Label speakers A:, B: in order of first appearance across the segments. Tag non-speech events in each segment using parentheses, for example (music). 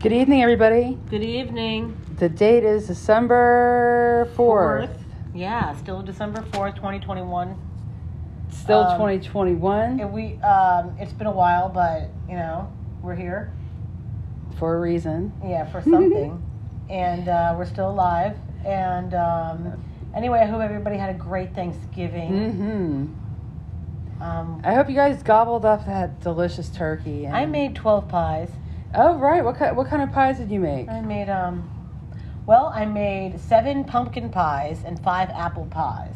A: Good evening, everybody.
B: Good evening.
A: The date is December 4th,
B: Yeah, still December fourth, twenty twenty-one.
A: still
B: Um,
A: 2021
B: And we, um, it's been a while, but you know, we're here.
A: for a reason.
B: Yeah, for something, and uh, we're still alive. And um, anyway, I hope everybody had a great Thanksgiving.
A: hmm
B: Um,
A: I hope you guys gobbled up that delicious turkey. And...
B: I made twelve pies.
A: Oh, right. What, ki- what kind of pies did you make?
B: I made um, well, I made seven pumpkin pies and five apple pies.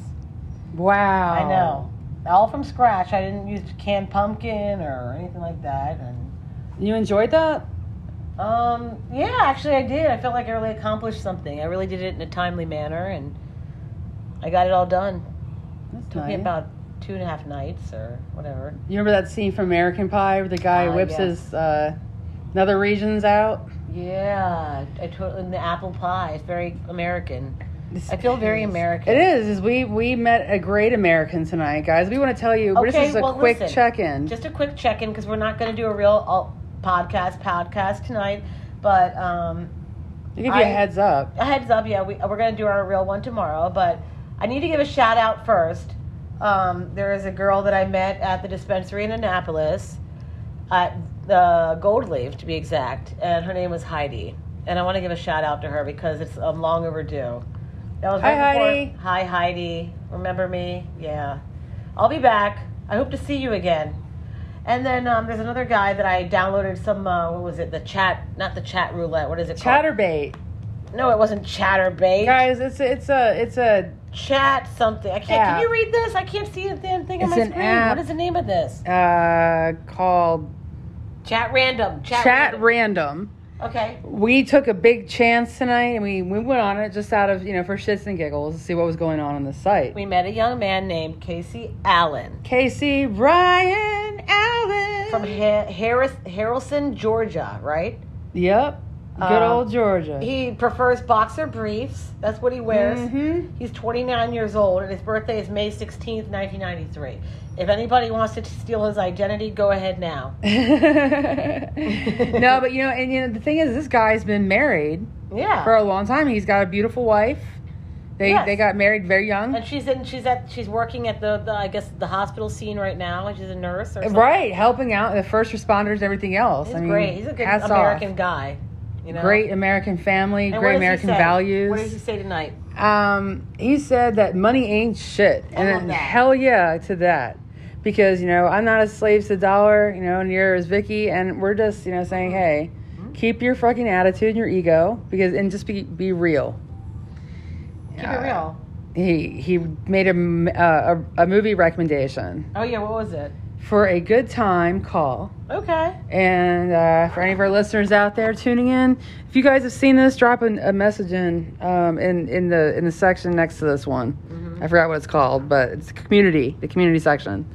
A: Wow.
B: I know. All from scratch. I didn't use canned pumpkin or anything like that. And
A: You enjoyed that?
B: Um, yeah, actually, I did. I felt like I really accomplished something. I really did it in a timely manner, and I got it all done.
A: That's
B: Took me
A: nice.
B: about two and a half nights or whatever.
A: You remember that scene from American Pie where the guy
B: Ah,
A: whips
B: yeah.
A: his uh, another regions out?
B: Yeah, I totally. And the apple pie It's very American.
A: Mm-hmm.
B: I feel very American.
A: It is. Is we we met a great American tonight, guys. We want to tell you. we're-
B: Okay,
A: this is a
B: well,
A: quick
B: listen.
A: check-in.
B: Just a quick check in because we're not going to do a real all- podcast podcast tonight, but um,
A: to give you
B: I-
A: a heads up.
B: a heads up, yeah, we, uh, we're going to do our real one tomorrow, but I need to give a shout out first. Um, there is a girl that I met at the dispensary in Annapolis, at the Gold Leaf to be exact, and her name was Heidi. And I want to give a shout out to her because it's um, long overdue. That was
A: Hi,
B: right before-
A: Heidi.
B: Hi, Heidi. Remember me? Yeah. I'll be back. I hope to see you again. And then um, there's another guy that I downloaded some, uh, what was it, the chat, not the chat roulette, what is it called?
A: Chatterbait,
B: No, it wasn't Chatterbait.
A: guys. It's it's a it's a
B: Chat something. I can't.
A: App.
B: Can you read this? I can't see the damn thing on
A: It's
B: my
A: an
B: screen.
A: app.
B: What is the name of this?
A: uh, called
B: Chat random. Chat.
A: Chat,
B: random.
A: Random.
B: okay.
A: We took a big chance tonight, and we we went on it just out of you know for shits and giggles to see what was going on on the site.
B: We met a young man named Casey Allen
A: Casey Ryan Allen
B: from ha- Harris Harrelson, Georgia. Right.
A: Yep, good
B: Uh,
A: old Georgia.
B: He prefers boxer briefs. That's what he wears.
A: Mhm.
B: He's 29 years old, and his birthday is May 16th, 1993. If anybody wants to steal his identity, go ahead now.
A: (laughs) no, but you know, and you know, the thing is, this guy's been married
B: Yeah.
A: for a long time. He's got a beautiful wife. They
B: Yes.
A: they got married very young.
B: And she's in. She's at. She's working at the, the. I guess the hospital scene right now. and She's a nurse or something.
A: Right, helping out the first responders and everything else.
B: He's
A: I mean,
B: great. He's a good
A: hats off.
B: American guy. You know.
A: Great American family,
B: And what
A: great
B: does he
A: American
B: say?
A: values.
B: What did he say tonight?
A: um, he said that money ain't shit, and
B: love
A: then
B: that.
A: hell yeah to that, because you know I'm not as slave to the dollar, you know, and you're as Vicky, and we're just you know saying
B: Mm-hmm.
A: hey, keep your fucking attitude and your ego, because and just be be real.
B: Keep
A: Uh,
B: it real.
A: He he made a m- uh, a, a movie recommendation
B: Oh yeah. What was it?
A: for a good time call.
B: Okay.
A: And uh, for any of our listeners out there tuning in, if you guys have seen this, drop an, a message in, um, in in the in the section next to this one. I forgot what it's called, but it's community, the community section.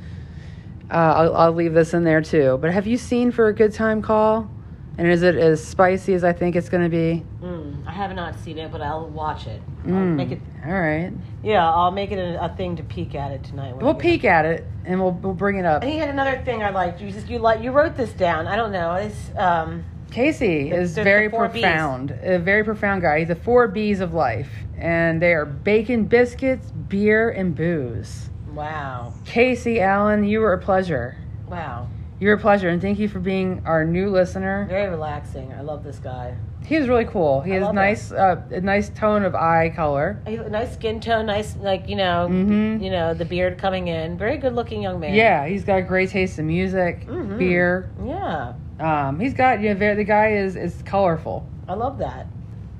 A: Uh, I'll, I'll leave this in there too. But have you seen for a good time call? And is it as spicy as I think it's going to be?
B: Mm, I have not seen it, but I'll watch it. I'll
A: Mm.
B: make it.
A: All right,
B: Yeah, I'll make it a, a thing to peek at it tonight. when
A: we'll
B: I get-
A: peek at it and we'll we'll bring it up.
B: And he had another thing I liked. You just you like you wrote this down. I don't know. It's um.
A: Casey
B: The-
A: is
B: the- the
A: very
B: four Bs.
A: profound, a very profound guy. He's the four B's of life, and they are bacon, biscuits, beer, and booze.
B: Wow.
A: Casey Allen, you were a pleasure.
B: Wow.
A: You were a pleasure, and thank you for being our new listener.
B: Very relaxing. I love this guy.
A: He was really cool. He
B: I
A: has
B: love
A: nice, uh, a nice tone of eye color.
B: A nice skin tone, nice like you know,
A: Mhm.
B: you know the beard coming in. Very good looking young man.
A: Yeah, he's got great taste in music,
B: Mhm.
A: beer.
B: yeah,
A: Um, he's got you know very, the guy is is colorful,
B: I love that.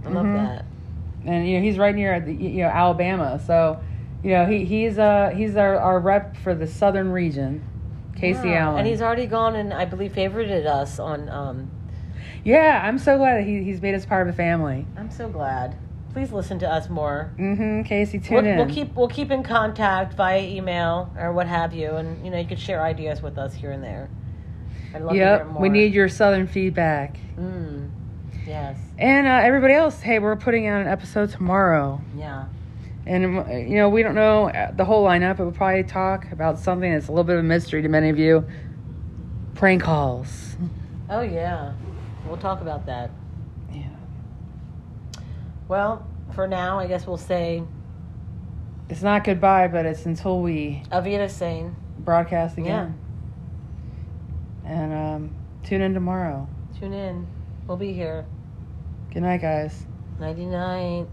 B: I love
A: Mhm.
B: that.
A: and you know he's right near the, you know Alabama, so you know he he's uh he's our, our rep for the southern region, Casey
B: Yeah.
A: Allen.
B: and he's already gone and I believe favorited us on. um
A: yeah, I'm so glad that he, he's made us part of the family.
B: I'm so glad. Please listen to us more.
A: Mm-hmm. Casey, tune
B: We'll,
A: in.
B: we'll keep we'll keep in contact via email or what have you, and you know you could share ideas with us here and there. I'd love to hear
A: Yep,
B: more.
A: we need your southern feedback.
B: Mm. Yes.
A: And uh, everybody else, hey, we're putting out an episode tomorrow.
B: Yeah.
A: And, uh, you know, we don't know uh, the whole lineup, but we'll probably talk about something that's a little bit of a mystery to many of you prank calls. (laughs)
B: Oh yeah. We'll talk about that.
A: Yeah.
B: Well, for now, I guess we'll say
A: It's not goodbye, but it's until we
B: Avita Sane.
A: broadcast again. And um, tune in tomorrow.
B: Tune in. We'll be here.
A: Good night, guys.
B: Ninety nine.